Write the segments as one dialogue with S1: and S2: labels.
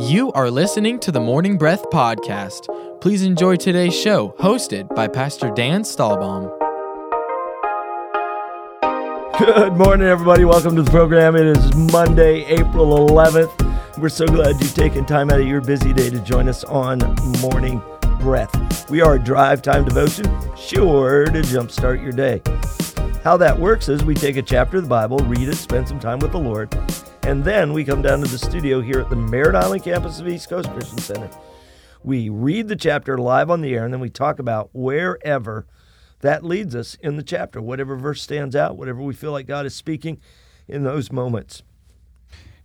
S1: You are listening to the Morning Breath Podcast. Please enjoy today's show, hosted by Pastor Dan Stahlbaum.
S2: Good morning, everybody. Welcome to the program. It is Monday, April 11th. We're so glad you've taken time out of your busy day to join us on Morning Breath. We are a drive time devotion, sure to jumpstart your day. How that works is we take a chapter of the Bible, read it, spend some time with the Lord, and then we come down to the studio here at the Merritt Island campus of East Coast Christian Center. We read the chapter live on the air, and then we talk about wherever that leads us in the chapter, whatever verse stands out, whatever we feel like God is speaking in those moments.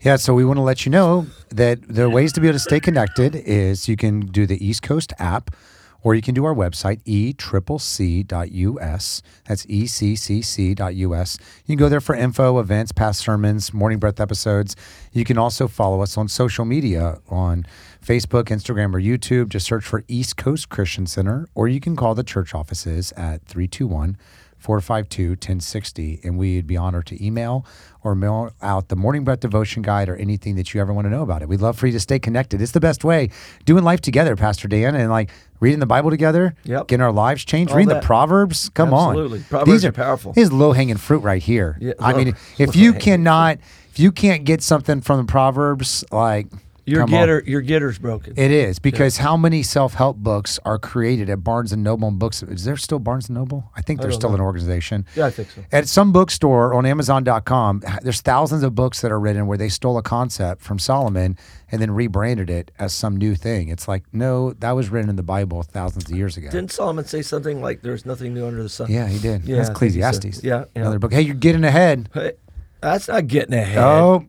S3: Yeah, so we want to let you know that the ways to be able to stay connected is you can do the East Coast app or you can do our website, e eccc.us. That's E eccc.us. You can go there for info, events, past sermons, morning breath episodes. You can also follow us on social media on Facebook, Instagram, or YouTube. Just search for East Coast Christian Center, or you can call the church offices at 321- 452 1060. And we'd be honored to email or mail out the Morning Breath Devotion Guide or anything that you ever want to know about it. We'd love for you to stay connected. It's the best way doing life together, Pastor Dan, and like reading the Bible together,
S2: Yep.
S3: getting our lives changed,
S2: All
S3: reading
S2: that.
S3: the Proverbs. Come
S2: Absolutely.
S3: on.
S2: Proverbs are powerful.
S3: This is low hanging fruit right here.
S2: Yeah,
S3: I mean,
S2: low-
S3: if you
S2: low-hanging
S3: cannot, if you can't get something from the Proverbs, like,
S2: Your
S3: come on.
S2: getter, your getter's broken.
S3: It is because how many self-help books are created at Barnes and Noble and books? Is there still Barnes and Noble? I think there's
S2: don't
S3: still
S2: know.
S3: an organization.
S2: Yeah, I think so.
S3: At some bookstore on Amazon.com, there's thousands of books that are written where they stole a concept from Solomon and then rebranded it as some new thing. It's like, no, that was written in the Bible thousands of years ago.
S2: Didn't Solomon say something like, "There's nothing new under the sun"?
S3: yeah, he did.
S2: Yeah,
S3: That's
S2: I think he said-
S3: Ecclesiastes.
S2: yeah, yeah.
S3: another book. Hey, you're getting ahead.
S2: Hey, that's not getting ahead.
S3: Oh,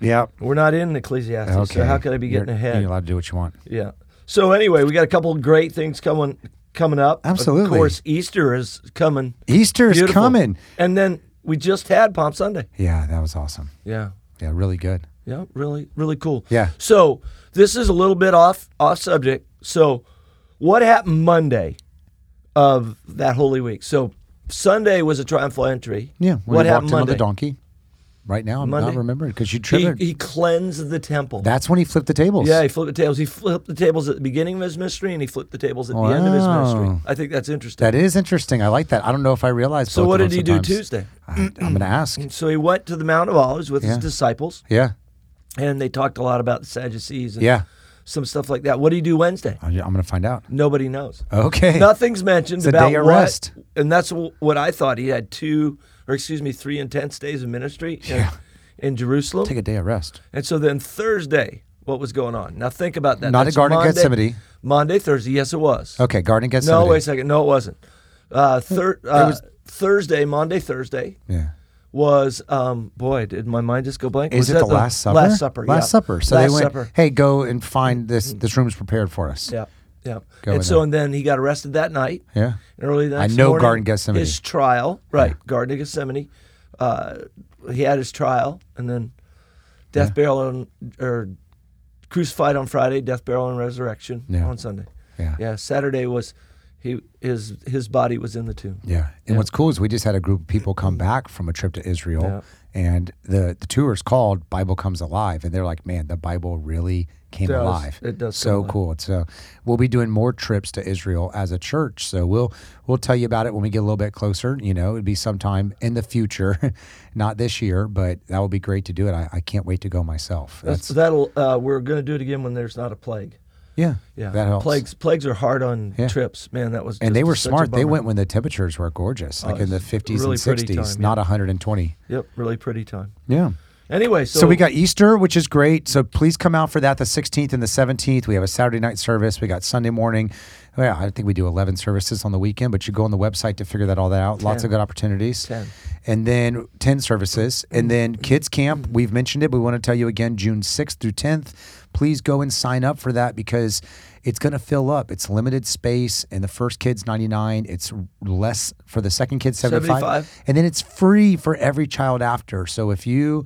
S3: yeah.
S2: We're not in Ecclesiastes,
S3: Okay.
S2: so how could I be getting
S3: You're-
S2: ahead?
S3: You're allowed to do what you want.
S2: Yeah. So anyway, we got a couple of great things coming coming up. Of
S3: Absolutely.
S2: course, Easter is coming.
S3: Easter is
S2: Beautiful.
S3: coming.
S2: And then we just had Palm Sunday.
S3: Yeah, that was awesome.
S2: Yeah.
S3: Yeah, really good.
S2: Yeah, really, really cool.
S3: Yeah.
S2: So this is a little bit off off subject. So what happened Monday of that Holy Week? So Sunday was a triumphal entry.
S3: Yeah. When
S2: What
S3: he
S2: happened
S3: walked in on
S2: Monday?
S3: the donkey. Right now, I'm
S2: Monday?
S3: not remembering because you
S2: He,
S3: triggered.
S2: he cleansed the temple.
S3: That's when he flipped the tables.
S2: yeah, he flipped the tables. He flipped the tables at the beginning of his ministry, and he flipped the tables at the end of his
S3: Wow.
S2: ministry. I think that's interesting.
S3: That is interesting. I like that. I don't know if I realized.
S2: so
S3: both
S2: what
S3: of
S2: did
S3: them
S2: he do
S3: sometimes.
S2: Tuesday?
S3: I, I'm going to ask.
S2: So he went to the Mount of Olives with his
S3: Yeah.
S2: disciples,
S3: Yeah,
S2: and they talked a lot about the Sadducees and
S3: yeah.
S2: some stuff like that. What did he do Wednesday?
S3: I- I'm going to find out.
S2: Nobody knows.
S3: Okay.
S2: Nothing's mentioned
S3: It's a
S2: about
S3: day of
S2: what,
S3: rest.
S2: and that's wh- what I thought. He had two, or excuse me, three intense days of ministry in, in Jerusalem,
S3: Take a day of rest.
S2: and so then Thursday, what was going on? Now think about that.
S3: Not
S2: That's
S3: at Garden of
S2: Monday,
S3: Gethsemane.
S2: Monday, Thursday. Yes, it was.
S3: Okay, Garden of
S2: no,
S3: Gethsemane.
S2: wait a second. No, it wasn't. Uh, thir- uh,
S3: was-
S2: Thursday, Monday, Thursday
S3: Yeah.
S2: was um boy did my mind just go blank
S3: Is
S2: Was
S3: it
S2: that
S3: the Last Supper?
S2: last supper
S3: Last
S2: yeah.
S3: Supper. So
S2: last
S3: they went.
S2: supper Mm-hmm.
S3: Hey, go and find this. This room's prepared for us.
S2: yeah yeah
S3: Go in
S2: and so
S3: there.
S2: and then he got arrested that night
S3: Yeah.
S2: And early the
S3: I
S2: next
S3: know
S2: morning,
S3: Garden Gethsemane.
S2: his trial right garden of gethsemane uh he had his trial and then death burial on or crucified on friday death burial and resurrection
S3: Yeah.
S2: on sunday
S3: Yeah.
S2: yeah saturday was he his his body was in the tomb
S3: Yeah. And what's cool is we just had a group of people come back from a trip to Israel and the, the tour is called Bible Comes Alive. And they're like, man, the Bible really came
S2: does.
S3: alive.
S2: It does come
S3: So
S2: alive.
S3: cool. So we'll be doing more trips to Israel as a church. So we'll we'll tell you about it when we get a little bit closer. You know, it'd be sometime in the future, not this year, but that would be great to do it. I, I can't wait to go myself. That's,
S2: that'll uh we're gonna do it again when there's not a plague
S3: yeah.
S2: Yeah,
S3: That helps.
S2: Plagues, plagues are hard on
S3: Yeah.
S2: trips, man. That was
S3: And they
S2: just
S3: were
S2: such a
S3: smart. They
S2: bummer. Oh,
S3: went when the temperatures were gorgeous, like in the
S2: it's
S3: 50s
S2: really
S3: and
S2: pretty
S3: 60s,
S2: time, yeah.
S3: not 120.
S2: Yep, really pretty time.
S3: Yeah.
S2: Anyway, so,
S3: So we got Easter, which is great. So please come out for that the 16th and the 17th. We have a Saturday night service. We got Sunday morning. Well, I think we do 11 services on the weekend, but you go on the website to figure that all that out. Lots of good opportunities.
S2: 10.
S3: And then 10 services. And then kids camp, we've mentioned it. We want to tell you again June 6th through 10th. Please go and sign up for that because it's going to fill up. It's limited space and the first kid's 99. It's less for the second kid 75.
S2: 75.
S3: And then it's free for every child after. So if you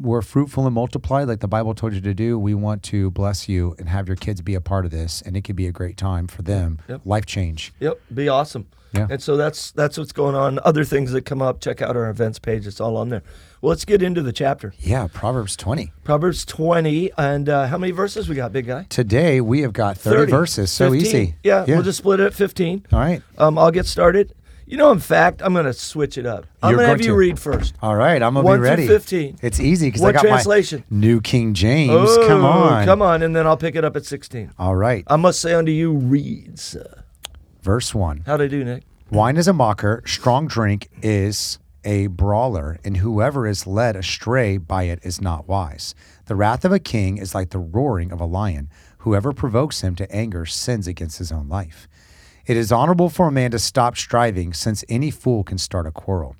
S3: we're fruitful and multiply like the Bible told you to do. We want to bless you and have your kids be a part of this, and it could be a great time for them.
S2: Yep.
S3: Life change.
S2: Yep, be awesome.
S3: Yeah.
S2: And so that's that's what's going on. Other things that come up, check out our events page. It's all on there. Well, let's get into the chapter.
S3: Yeah, Proverbs 20.
S2: Proverbs 20, and uh, how many verses we got, big guy?
S3: Today we have got 30, verses. So
S2: 15.
S3: easy.
S2: Yeah, we'll just split it at 15.
S3: All right.
S2: Um, I'll get started. You know, in fact, I'm going to switch it up. I'm
S3: You're
S2: gonna have
S3: going
S2: you
S3: to.
S2: read first.
S3: All right, I'm gonna
S2: One
S3: be
S2: through
S3: ready.
S2: 15.
S3: It's easy because I
S2: What
S3: got
S2: translation?
S3: my New King James.
S2: Oh,
S3: come on,
S2: Come on, and then I'll pick it up at 16.
S3: All right,
S2: I must say unto you, reads.
S3: verse one.
S2: How'd I do, Nick?
S3: Wine is a mocker. Strong drink is a brawler, and whoever is led astray by it is not wise. The wrath of a king is like the roaring of a lion. Whoever provokes him to anger sins against his own life. It is honorable for a man to stop striving, since any fool can start a quarrel.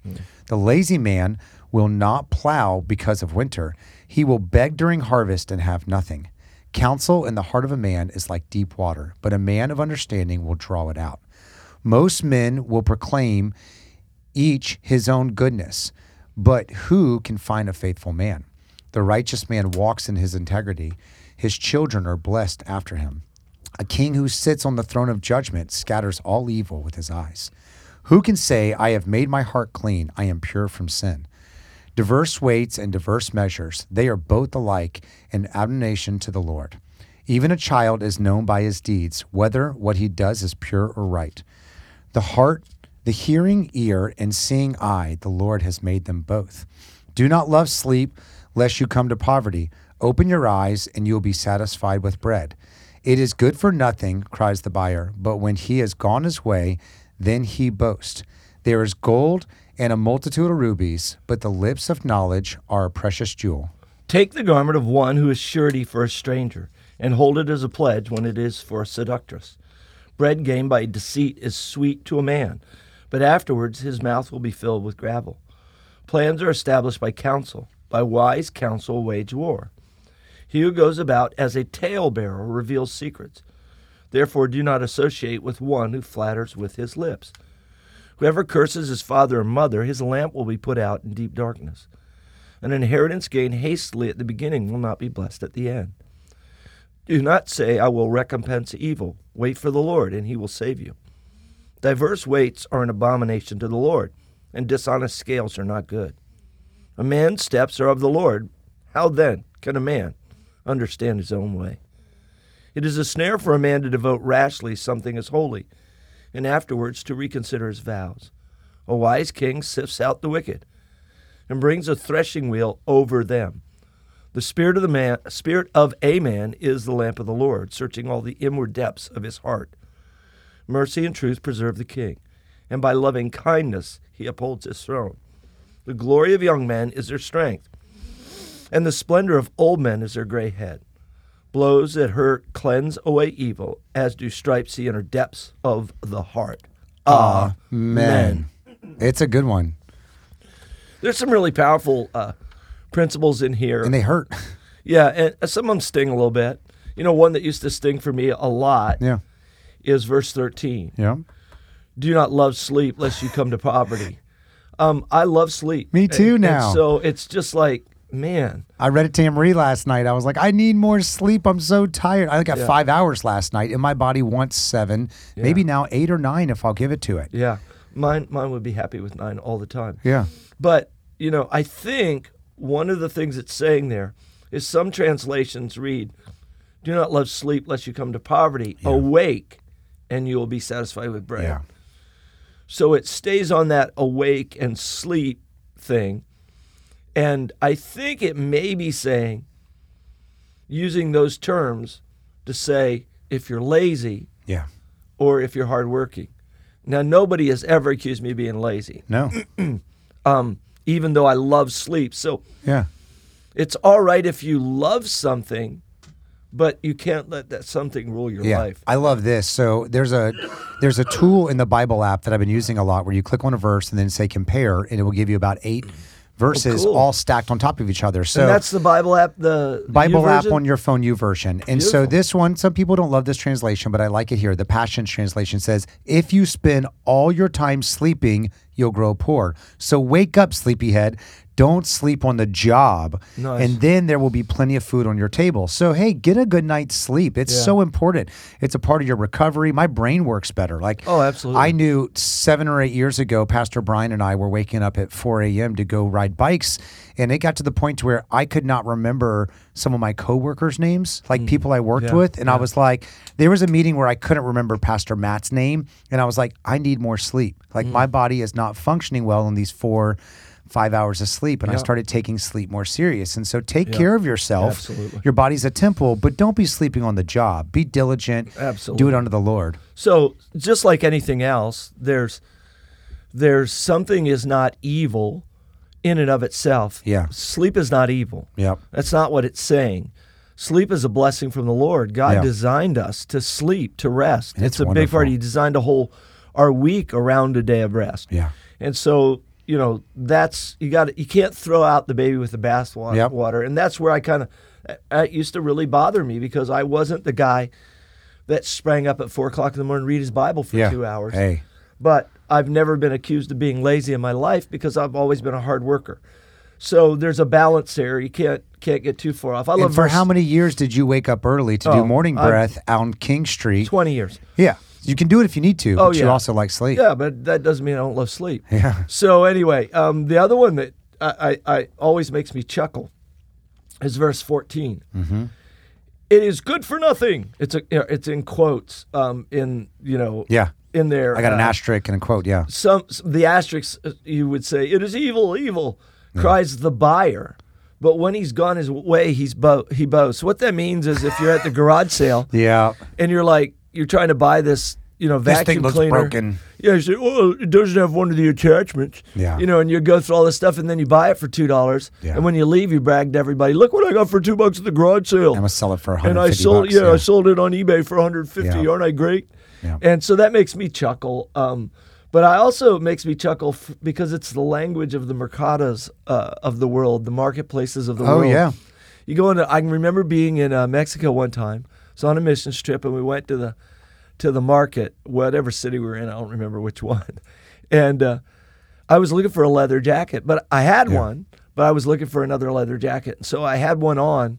S3: The lazy man will not plow because of winter. He will beg during harvest and have nothing. Counsel in the heart of a man is like deep water, but a man of understanding will draw it out. Most men will proclaim each his own goodness, but who can find a faithful man? The righteous man walks in his integrity, his children are blessed after him. A king who sits on the throne of judgment scatters all evil with his eyes. Who can say, I have made my heart clean, I am pure from sin? Diverse weights and diverse measures, they are both alike an abomination to the Lord. Even a child is known by his deeds, whether what he does is pure or right. The heart, the hearing ear, and seeing eye, the Lord has made them both. Do not love sleep, lest you come to poverty. Open your eyes, and you will be satisfied with bread. It is good for nothing, cries the buyer, but when he has gone his way, then he boasts. There is gold and a multitude of rubies, but the lips of knowledge are a precious jewel.
S2: Take the garment of one who is surety for a stranger, and hold it as a pledge when it is for a seductress. Bread gained by deceit is sweet to a man, but afterwards his mouth will be filled with gravel. Plans are established by counsel, by wise counsel wage war. He who goes about as a talebearer reveals secrets. Therefore, do not associate with one who flatters with his lips. Whoever curses his father or mother, his lamp will be put out in deep darkness. An inheritance gained hastily at the beginning will not be blessed at the end. Do not say, I will recompense evil. Wait for the Lord, and he will save you. Diverse weights are an abomination to the Lord, and dishonest scales are not good. A man's steps are of the Lord. How then can a man understand his own way? It is a snare for a man to devote rashly something as holy, and afterwards to reconsider his vows. A wise king sifts out the wicked and brings a threshing wheel over them. The spirit of the man, spirit of a man, is the lamp of the Lord, searching all the inward depths of his heart. Mercy and truth preserve the king, and by loving kindness he upholds his throne. The glory of young men is their strength, and the splendor of old men is their gray head. Blows that hurt cleanse away evil, as do stripes the inner depths of the heart. Amen.
S3: Man, it's a good one.
S2: There's some really powerful uh, principles in here.
S3: And they hurt.
S2: Yeah, and uh, some of them sting a little bit. You know, one that used to sting for me a lot
S3: Yeah.
S2: is verse 13.
S3: Yeah.
S2: Do not love sleep lest you come to poverty. Um, I love sleep.
S3: Me
S2: And-
S3: too
S2: and
S3: now.
S2: so it's just like, man,
S3: I read it to Marie last night. I was like, I need more sleep. I'm so tired. I got five hours last night, and my body wants seven, maybe now eight or nine if I'll give it to it.
S2: yeah. Mine mine would be happy with nine all the time.
S3: Yeah.
S2: But, you know, I think one of the things it's saying there is some translations read, Do not love sleep lest you come to poverty. Awake and you will be satisfied with bread.
S3: Yeah.
S2: So it stays on that awake and sleep thing. And I think it may be saying, using those terms to say if you're lazy
S3: Yeah.
S2: or if you're hardworking. Now, nobody has ever accused me of being lazy,
S3: No.
S2: um, even though I love sleep. So
S3: yeah.
S2: it's all right if you love something, but you can't let that something rule your
S3: yeah.
S2: life.
S3: I love this. So there's a there's a tool in the Bible app that I've been using a lot where you click on a verse and then say compare and it will give you about eight
S2: Oh,
S3: verses
S2: cool.
S3: all stacked on top of each other. So
S2: and that's the Bible app, the
S3: Bible app
S2: YouVersion?
S3: on your phone, you version. And so this one, some people don't love this translation, but I like it here. The Passion Translation says, "If you spend all your time sleeping, you'll grow poor. So wake up, sleepyhead. Don't sleep on the job.
S2: Nice.
S3: And then there will be plenty of food on your table. So, hey, get a good night's sleep. It's
S2: Yeah.
S3: so important. It's a part of your recovery. My brain works better. Like,
S2: Oh, absolutely.
S3: I knew seven or eight years ago, Pastor Brian and I were waking up at 4 a.m. to go ride bikes. And it got to the point to where I could not remember some of my coworkers' names, like people I worked
S2: Mm. Yeah.
S3: with. And I was like, there was a meeting where I couldn't remember Pastor Matt's name. And I was like, I need more sleep. Like,
S2: Mm.
S3: my body is not functioning well in these four, five hours of sleep. And I
S2: Yeah.
S3: started taking sleep more serious. And so take care of yourself.
S2: Absolutely.
S3: Your body's a temple, but don't be sleeping on the job. Be diligent. Do
S2: Absolutely.
S3: it unto the Lord.
S2: So just like anything else, there's there's something is not evil in and of itself.
S3: Yeah.
S2: Sleep is not evil.
S3: Yep.
S2: That's not what it's saying. Sleep is a blessing from the Lord. God
S3: Yeah.
S2: designed us to sleep, to rest.
S3: And it's
S2: a big part.
S3: wonderful.
S2: He designed a whole our week around a day of rest.
S3: Yeah.
S2: And so, you know, that's you got you can't throw out the baby with the bathwater.
S3: Yep.
S2: water. And that's where I kind of it used to really bother me because I wasn't the guy that sprang up at four o'clock in the morning and read his Bible for
S3: Yeah.
S2: two hours.
S3: Hey.
S2: But I've never been accused of being lazy in my life because I've always been a hard worker. So there's a balance there. You can't can't get too far off. I love
S3: And for
S2: verse
S3: how many years did you wake up early to
S2: Oh,
S3: do morning
S2: I'm-
S3: breath on King Street?
S2: twenty years.
S3: Yeah. You can do it if you need to,
S2: Oh,
S3: but you
S2: yeah.
S3: also like sleep.
S2: Yeah, but that doesn't mean I don't love sleep.
S3: Yeah.
S2: So anyway, um, the other one that I, I, I always makes me chuckle is verse 14
S3: Mm-hmm.
S2: It is good for nothing. It's a it's in quotes um, in you know
S3: Yeah.
S2: in there.
S3: I got an
S2: uh,
S3: asterisk and a quote. Yeah.
S2: some s- the asterisks uh, you would say it is evil evil cries the buyer but when he's gone his way he's bo- he boasts what that means is if you're at the garage sale
S3: Yeah.
S2: and you're like you're trying to buy this you know
S3: This
S2: vacuum
S3: thing looks
S2: cleaner
S3: broken.
S2: yeah you say well it doesn't have one of the attachments
S3: Yeah.
S2: you know and you go through all this stuff and then you buy it for two dollars
S3: Yeah.
S2: and when you leave you brag to everybody look what i got for two bucks at the garage sale
S3: I'm going to sell it for
S2: and
S3: 150
S2: I sold
S3: bucks.
S2: yeah, I sold it on eBay for 150.
S3: Yeah.
S2: Aren't I great?
S3: Yeah.
S2: And so that makes me chuckle. Um, but I also it makes me chuckle f- because it's the language of the mercados uh, of the world, the marketplaces of the
S3: Oh,
S2: world.
S3: yeah.
S2: You go into. I can remember being in uh, Mexico one time. It's on a mission trip, and we went to the to the market, whatever city we were in. I don't remember which one. And uh, I was looking for a leather jacket, but I had one, but I was looking for another leather jacket. And so I had one on,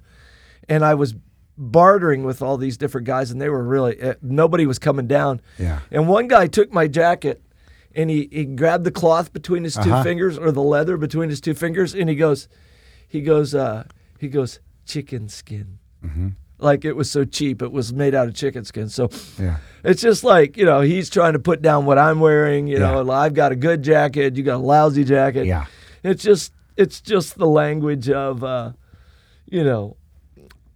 S2: and I was bartering with all these different guys, and they were really eh, nobody was coming down.
S3: Yeah.
S2: And one guy took my jacket, and he, he grabbed the cloth between his 2
S3: Uh-huh.
S2: fingers or the leather between his two fingers, and he goes, he goes, uh, he goes, chicken skin.
S3: Mm-hmm.
S2: Like it was so cheap, it was made out of chicken skin. So
S3: Yeah.
S2: it's just like you know he's trying to put down what I'm wearing. You
S3: Yeah.
S2: know, I've got a good jacket. You got a lousy jacket.
S3: Yeah.
S2: it's just it's just the language of uh, you know.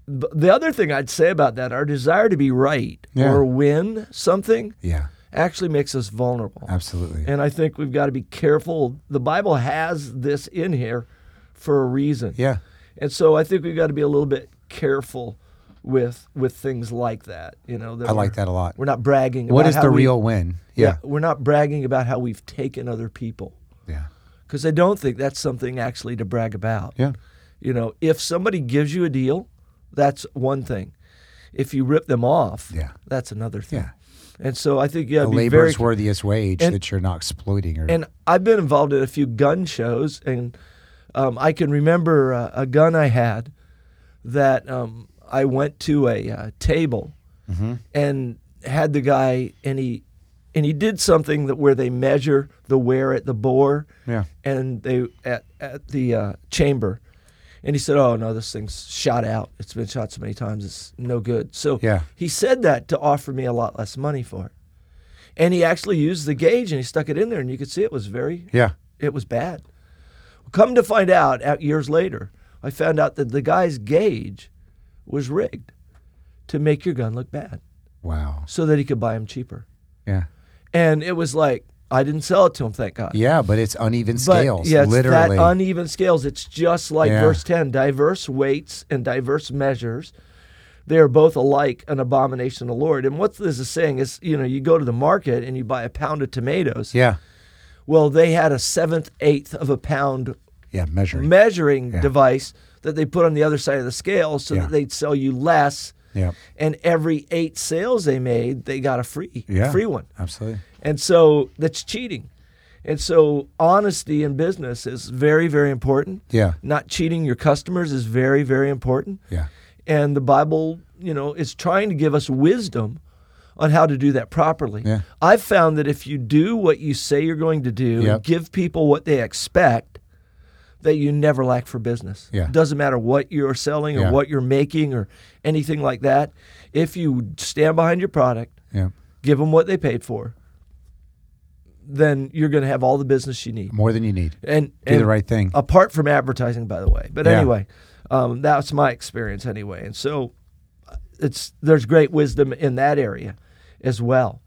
S2: B- The other thing I'd say about that, our desire to be right
S3: Yeah.
S2: or win something,
S3: Yeah.
S2: actually makes us vulnerable.
S3: Absolutely.
S2: And I think we've got to be careful. The Bible has this in here for a reason.
S3: yeah.
S2: And so I think we've got to be a little bit careful with with things like that. You know, that
S3: I like
S2: we're-
S3: that a lot.
S2: We're not bragging.
S3: What
S2: about
S3: is
S2: how
S3: the
S2: we-
S3: real win? Yeah.
S2: we're not bragging about how we've taken other people
S3: Yeah.
S2: because I don't think that's something actually to brag about.
S3: Yeah.
S2: You know, if somebody gives you a deal, that's one thing. If you rip them off,
S3: Yeah.
S2: that's another thing.
S3: Yeah.
S2: And so I think you got
S3: The
S2: to be very
S3: labor's worthiest wage
S2: and-
S3: that you're not exploiting or
S2: and I've been involved in a few gun shows, and um, I can remember uh, a gun I had that um, I went to a uh, table and had the guy, and he and he did something that where they measure the wear at the bore,
S3: Yeah.
S2: and they at at the uh, chamber, and he said, "Oh no, this thing's shot out. It's been shot so many times. It's no good." So
S3: Yeah.
S2: he said that to offer me a lot less money for it and he actually used the gauge and he stuck it in there and you could see it was very
S3: Yeah.
S2: it was bad come to find out out years later i found out that the guy's gauge was rigged to make your gun look bad
S3: Wow.
S2: so that he could buy them cheaper
S3: Yeah.
S2: and it was like i didn't sell it to him thank god
S3: Yeah, but it's uneven
S2: but
S3: scales.
S2: yeah, it's
S3: literally.
S2: that uneven scales. It's just like
S3: Yeah.
S2: verse 10 diverse weights and diverse measures. They are both alike an abomination to the Lord. And what this is saying is, you know, you go to the market and you buy a pound of tomatoes.
S3: yeah.
S2: Well, they had a seventh, eighth of a pound
S3: Yeah. Measuring.
S2: measuring device that they put on the other side of the scale so
S3: Yeah.
S2: that they'd sell you less.
S3: yeah.
S2: And every eight sales they made, they got a free,
S3: Yeah.
S2: free one.
S3: Absolutely.
S2: And so that's cheating. And so honesty in business is very, very important.
S3: Yeah.
S2: Not cheating your customers is very, very important.
S3: Yeah.
S2: And the Bible, you know, is trying to give us wisdom on how to do that properly.
S3: Yeah.
S2: I've found that if you do what you say you're going to do,
S3: Yep.
S2: give people what they expect, that you never lack for business.
S3: Yeah.
S2: Doesn't matter what you're selling or
S3: Yeah.
S2: what you're making or anything like that. If you stand behind your product,
S3: Yeah.
S2: give them what they paid for, then you're going to have all the business you need.
S3: More than you need.
S2: And
S3: Do
S2: and oh.
S3: the right thing.
S2: apart from advertising, by the way. But
S3: Yeah.
S2: anyway, um, that's my experience anyway. And so uh, it's there's great wisdom in that area as well.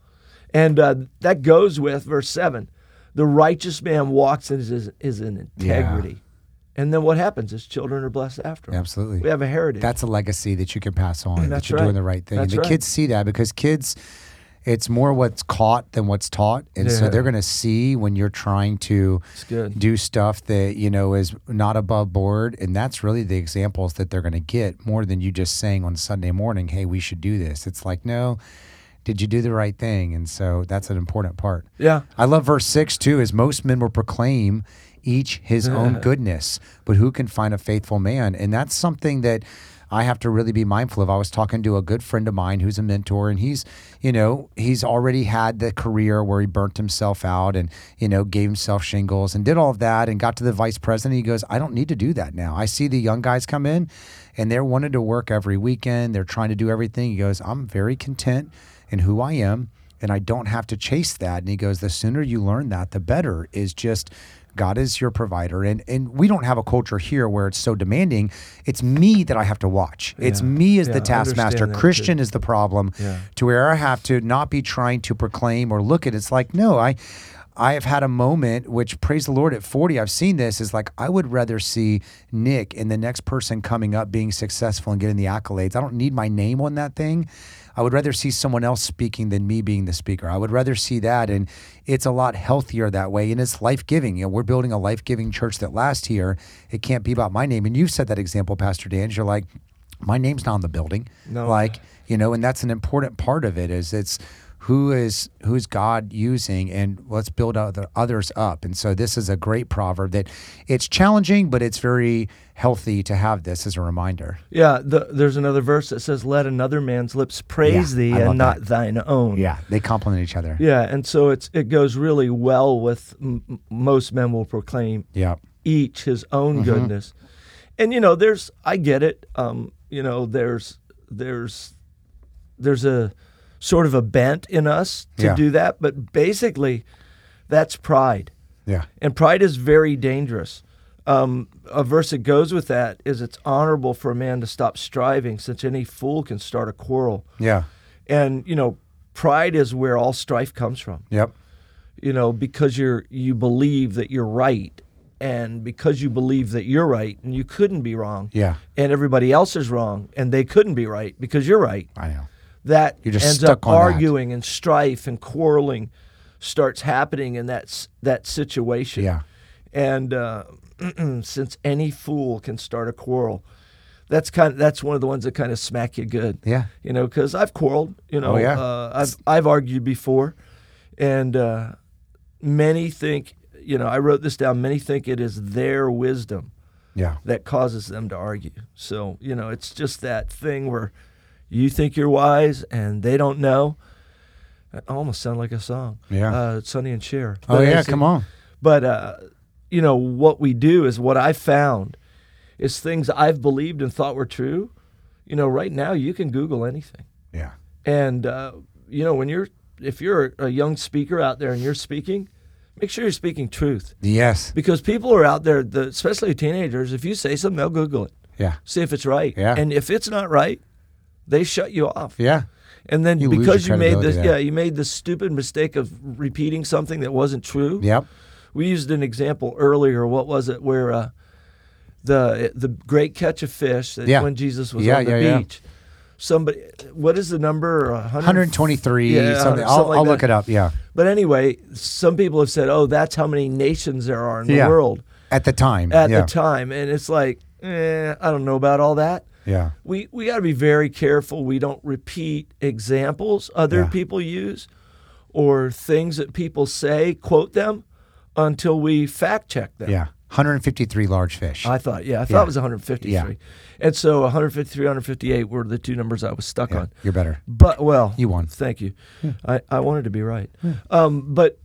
S2: And uh, that goes with verse 7. The righteous man walks in his, his in integrity. And then what happens? His children are blessed after him.
S3: Absolutely.
S2: We have a heritage.
S3: That's a legacy that you can pass
S2: That's
S3: on. that you're
S2: right.
S3: doing the right thing.
S2: That's
S3: the
S2: right.
S3: kids see that because kids, it's more what's caught than what's taught, and so
S2: Yeah.
S3: they're going to see when you're trying to
S2: It's good.
S3: do stuff that you know is not above board, and that's really the examples that they're going to get more than you just saying on Sunday morning, "Hey, we should do this." It's like, no, did you do the right thing? And so that's an important part.
S2: Yeah.
S3: I love verse six too. Is most men will proclaim each his own goodness, but who can find a faithful man? And that's something that I have to really be mindful of. I was talking to a good friend of mine who's a mentor, and he's, you know, he's already had the career where he burnt himself out and, you know, gave himself shingles and did all of that and got to the vice president. He goes, I don't need to do that now. I see the young guys come in and they're wanting to work every weekend. They're trying to do everything. He goes, I'm very content in who I am and I don't have to chase that. And he goes, the sooner you learn that, the better is just God is your provider. And and we don't have a culture here where it's so demanding. It's me that I have to watch. It's
S2: Yeah.
S3: me as
S2: Yeah, I
S3: the taskmaster.
S2: understand that, too.
S3: Christian is the problem
S2: Yeah.
S3: to where I have to not be trying to proclaim or look at it's like, no, I I have had a moment which praise the Lord at 40 I've seen this is like I would rather see Nick and the next person coming up being successful and getting the accolades. I don't need my name on that thing. I would rather see someone else speaking than me being the speaker. I would rather see that and it's a lot healthier that way and it's life-giving. You know, we're building a life-giving church that lasts here. It can't be about my name and you've said that example Pastor Dan. You're like my name's not on the building.
S2: No.
S3: Like you know and that's an important part of it is it's who is who's god using and let's build other, others up and so this is a great proverb that it's challenging but it's very healthy to have this as a reminder
S2: Yeah, the, there's another verse that says, "Let another man's lips praise
S3: Yeah,
S2: thee,
S3: I love
S2: and not
S3: that.
S2: thine own."
S3: they complement each other
S2: yeah, and so it's it goes really well with m- m- most men will proclaim
S3: yeah
S2: each his
S3: Mm-hmm.
S2: own goodness, and you know, there's I get it. Um, you know, there's there's there's a sort of a bent in us to
S3: Yeah.
S2: do that, but basically, that's pride.
S3: yeah
S2: And pride is very dangerous. Um, a verse that goes with that is it's honorable for a man to stop striving, since any fool can start a quarrel.
S3: yeah
S2: And, you know, pride is where all strife comes from,
S3: yep
S2: you know, because you're, you believe that you're right. And because you believe that you're right and you couldn't be wrong,
S3: Yeah.
S2: and everybody else is wrong and they couldn't be right because you're right,
S3: i know
S2: that
S3: You're just
S2: ends
S3: stuck
S2: up
S3: on that.
S2: arguing and strife and quarreling starts happening in that s- that situation.
S3: Yeah.
S2: And uh, since any fool can start a quarrel, that's kind that's one of the ones that kind of smack you good.
S3: Yeah.
S2: You know, because I've quarreled. You know,
S3: Oh, yeah.
S2: uh, I've I've argued before, and uh, many think you know I wrote this down. Many think it is their wisdom
S3: yeah
S2: that causes them to argue. So, you know, it's just that thing where you think you're wise and they don't know. I almost sound like a song.
S3: Yeah.
S2: Uh, Sonny and Cher.
S3: oh
S2: But
S3: yeah
S2: I see-
S3: come on
S2: But, uh, you know, what we do is what I found is things I've believed and thought were true. You know, right now you can Google anything.
S3: yeah
S2: And, uh, you know, when you're, if you're a young speaker out there and you're speaking, make sure you're speaking truth
S3: yes
S2: because people are out there, the, especially teenagers, if you say something, they'll Google it
S3: yeah
S2: see if it's right.
S3: Yeah.
S2: And if it's not right, they shut you off.
S3: yeah
S2: And then
S3: You lose
S2: because
S3: your
S2: you made
S3: credibility
S2: this, yeah,
S3: there.
S2: you made the stupid mistake of repeating something that wasn't true.
S3: yep
S2: We used an example earlier. What was it? Where uh, the the great catch of fish that
S3: Yeah.
S2: when Jesus was
S3: Yeah,
S2: on the
S3: yeah, yeah.
S2: beach. Somebody, what is the number? A hundred-
S3: 123
S2: Yeah,
S3: something i'll,
S2: something like
S3: I'll look
S2: that.
S3: it up yeah
S2: But anyway, some people have said, "Oh, that's how many nations there are in
S3: Yeah.
S2: the world
S3: at the time
S2: at
S3: yeah
S2: the time," and it's like, eh, I don't know about all that.
S3: yeah
S2: we we got to be very careful we don't repeat examples other
S3: Yeah.
S2: people use or things that people say quote them until we fact check them.
S3: Yeah. 153 large fish.
S2: I thought, yeah, I thought
S3: Yeah.
S2: it was 153.
S3: Yeah.
S2: And so 153, 158 were the two numbers I was stuck
S3: Yeah,
S2: on.
S3: you're better.
S2: But, well,
S3: You won.
S2: Thank you. I, I wanted to be right. Um, but,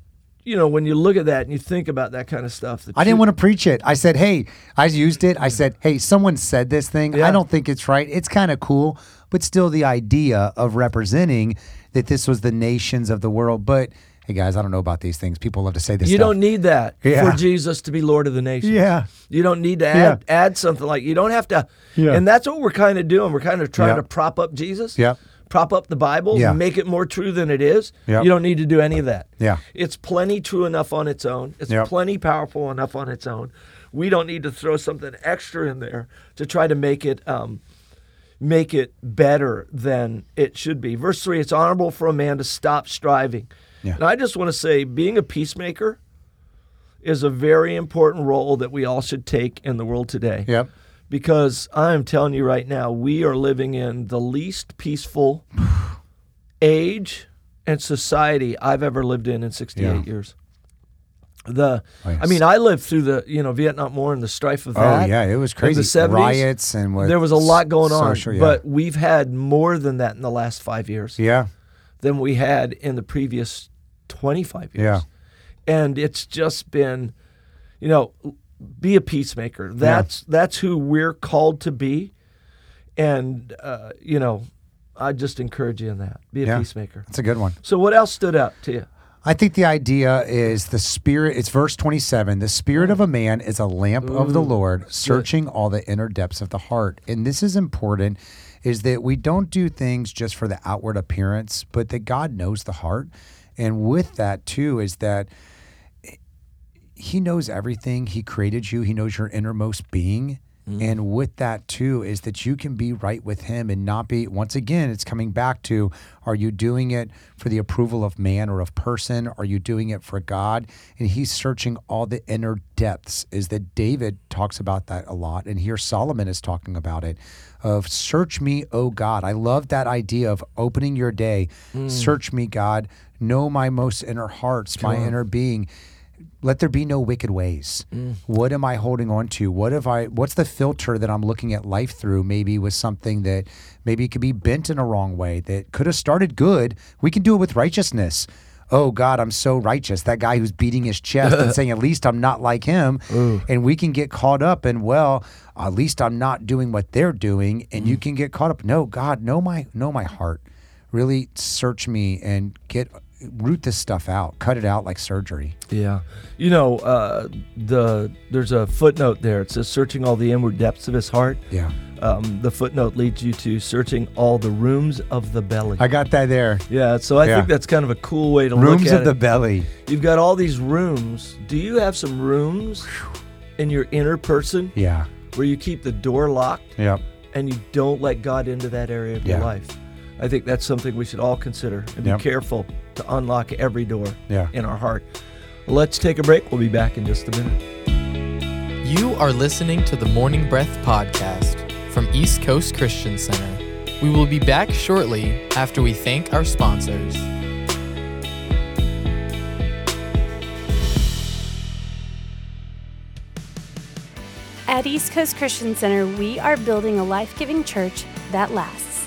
S2: you know, when you look at that and you think about that kind of stuff, the
S3: I didn't
S2: two-
S3: want to preach it. I said, "Hey, I used it." I said, "Hey, someone said this thing.
S2: Yeah.
S3: I don't think it's right. It's kind of cool, but still the idea of representing that this was the nations of the world, but hey guys, I don't know about these things. People love to say this
S2: You
S3: stuff.
S2: don't need that
S3: Yeah.
S2: for Jesus to be Lord of the nation.
S3: Yeah.
S2: You don't need to add add something like you don't have to.
S3: Yeah.
S2: And that's what we're kind of doing. We're kind of trying
S3: Yeah.
S2: to prop up Jesus.
S3: Yeah.
S2: Prop up the Bible,
S3: Yeah.
S2: make it more true than it is.
S3: Yeah.
S2: You don't need to do any of that.
S3: Yeah.
S2: It's plenty true enough on its own. It's
S3: Yeah.
S2: plenty powerful enough on its own. We don't need to throw something extra in there to try to make it um, make it better than it should be. Verse three, it's honorable for a man to stop striving.
S3: Yeah.
S2: And I just want to say being a peacemaker is a very important role that we all should take in the world today.
S3: Yep.
S2: Because I'm telling you right now, we are living in the least peaceful age and society I've ever lived in in 68
S3: Yeah.
S2: years. The,
S3: Oh, yes.
S2: I mean, I lived through the you know Vietnam War and the strife of that.
S3: oh yeah, it was
S2: in the
S3: crazy.
S2: 70s,
S3: Riots and what
S2: There was a lot going on,
S3: social- yeah.
S2: but we've had more than that in the last five years
S3: yeah,
S2: than we had in the previous 25 years.
S3: Yeah.
S2: And it's just been, you know, be a peacemaker. That's that's who we're called to be. And uh, you know, I just encourage you in that. Be a
S3: Yeah.
S2: peacemaker.
S3: that's a good one.
S2: So what else stood out to you?
S3: I think the idea is the spirit. It's verse 27. The spirit of a man is a lamp of the Lord, searching all the inner depths of the heart. And this is important is that we don't do things just for the outward appearance, but that God knows the heart. And with that too is that he knows everything. He created you. He knows your innermost being. And with that too is that you can be right with him and not be once again it's coming back to are you doing it for the approval of man or of person? Are you doing it for God? And he's searching all the inner depths is that David talks about that a lot and here Solomon is talking about it of search me, O God. I love that idea of opening your day. Search me, God. Know my most inner hearts, my inner being let there be no wicked ways. What am I holding on to? What have I what's the filter that I'm looking at life through? Maybe with something that maybe it could be bent in a wrong way that could have started good. We can do it with righteousness. Oh God, I'm so righteous. That guy who's beating his chest and saying, at least I'm not like him. And we can get caught up in, well, at least I'm not doing what they're doing. And you can get caught up. No, God, know my know my heart. Really search me and get root this stuff out. Cut it out like surgery.
S2: Yeah, you know, uh, the there's a footnote there. It says searching all the inward depths of his heart.
S3: Yeah.
S2: Um, the footnote leads you to searching all the rooms of the belly.
S3: I got that there.
S2: yeah, so I
S3: Yeah.
S2: think that's kind of a cool way to
S3: Rooms
S2: look at
S3: of
S2: it.
S3: the belly.
S2: You've got all these rooms. Do you have some rooms in your inner person
S3: Yeah.
S2: where you keep the door locked
S3: Yep.
S2: and you don't let God into that area of your
S3: Yeah.
S2: life? I think that's something we should all consider and
S3: Yep.
S2: be careful to unlock every door
S3: Yeah.
S2: in our heart. Let's take a break. We'll be back in just a minute.
S1: You are listening to the Morning Breath Podcast from East Coast Christian Center. We will be back shortly after we thank our sponsors.
S4: At East Coast Christian Center, we are building a life giving church that lasts.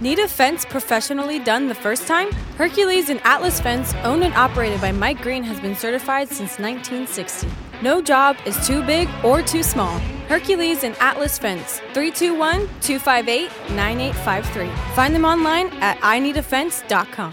S5: Need a fence professionally done the first time? Hercules and Atlas Fence, owned and operated by Mike Green, has been certified since 1960. No job is too big or too small. Hercules and Atlas Fence, 321 258 9853. Find them online at ineedafence.com.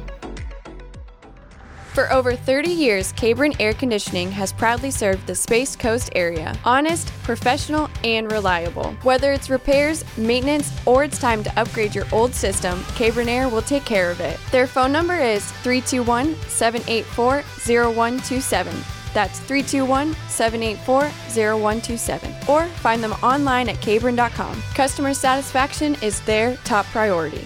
S6: For over 30 years, Cabron Air Conditioning has proudly served the Space Coast area. Honest, professional, and reliable. Whether it's repairs, maintenance, or it's time to upgrade your old system, Cabron Air will take care of it. Their phone number is 321 784 0127. That's 321 784 0127. Or find them online at cabron.com. Customer satisfaction is their top priority.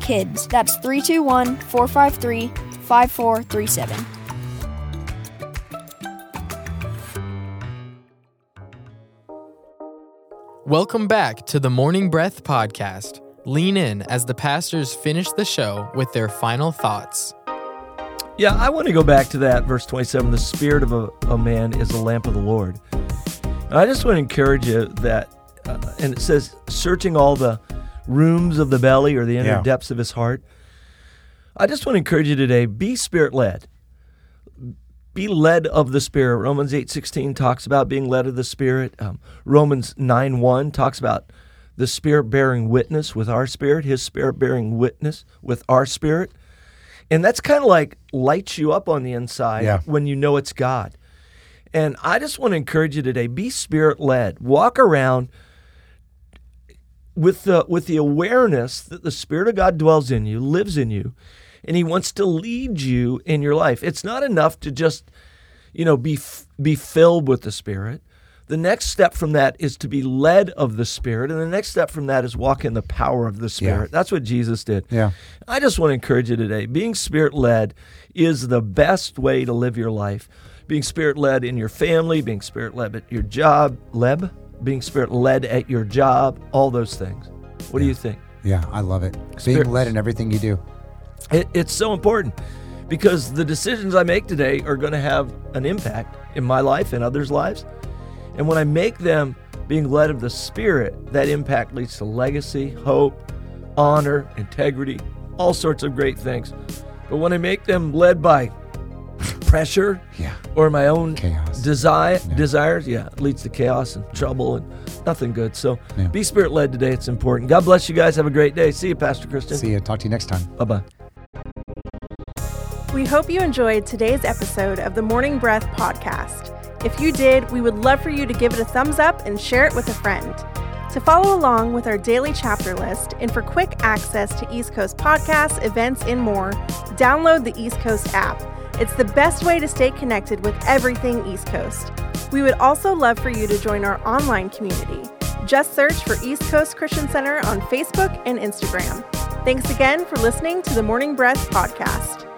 S7: kids. That's 321 453 5437.
S1: Welcome back to the Morning Breath Podcast. Lean in as the pastors finish the show with their final thoughts.
S2: Yeah, I want to go back to that verse 27. The spirit of a, a man is the lamp of the Lord. And I just want to encourage you that, uh, and it says, searching all the rooms of the belly or the inner
S3: Yeah.
S2: depths of his heart. I just want to encourage you today, be spirit led. Be led of the Spirit. Romans 8.16 talks about being led of the Spirit. Um, Romans 9.1 talks about the Spirit bearing witness with our spirit, his Spirit bearing witness with our spirit. And that's kind of like lights you up on the inside
S3: Yeah.
S2: when you know it's God. And I just want to encourage you today, be spirit led. Walk around with the with the awareness that the spirit of God dwells in you, lives in you, and he wants to lead you in your life. It's not enough to just you know be f- be filled with the spirit. The next step from that is to be led of the spirit, and the next step from that is walk in the power of the spirit. That's what Jesus did.
S3: Yeah.
S2: I just want to encourage you today. Being spirit led is the best way to live your life. Being spirit led in your family, being spirit led at your job, leb, being spirit led at your job, all those things. What do you think?
S3: Yeah, I love it.
S2: Spirit-
S3: Being led in everything you do.
S2: It, it's so important because the decisions I make today are going to have an impact in my life and others' lives. And when I make them being led of the Spirit, that impact leads to legacy, hope, honor, integrity, all sorts of great things. But when I make them led by pressure
S3: Yeah.
S2: or my own
S3: Chaos.
S2: desire
S3: Yeah.
S2: desires, yeah, it leads to chaos and trouble and nothing good. So
S3: Yeah.
S2: be spirit led today. It's important. God bless you guys. Have a great day. See you, Pastor Christian.
S3: See you. Talk to you next time.
S2: Bye bye.
S8: We hope you enjoyed today's episode of the Morning Breath podcast. If you did, we would love for you to give it a thumbs up and share it with a friend. To follow along with our daily chapter list and for quick access to East Coast podcasts, events, and more, download the East Coast app. It's the best way to stay connected with everything East Coast. We would also love for you to join our online community. Just search for East Coast Christian Center on Facebook and Instagram. Thanks again for listening to the Morning Breath podcast.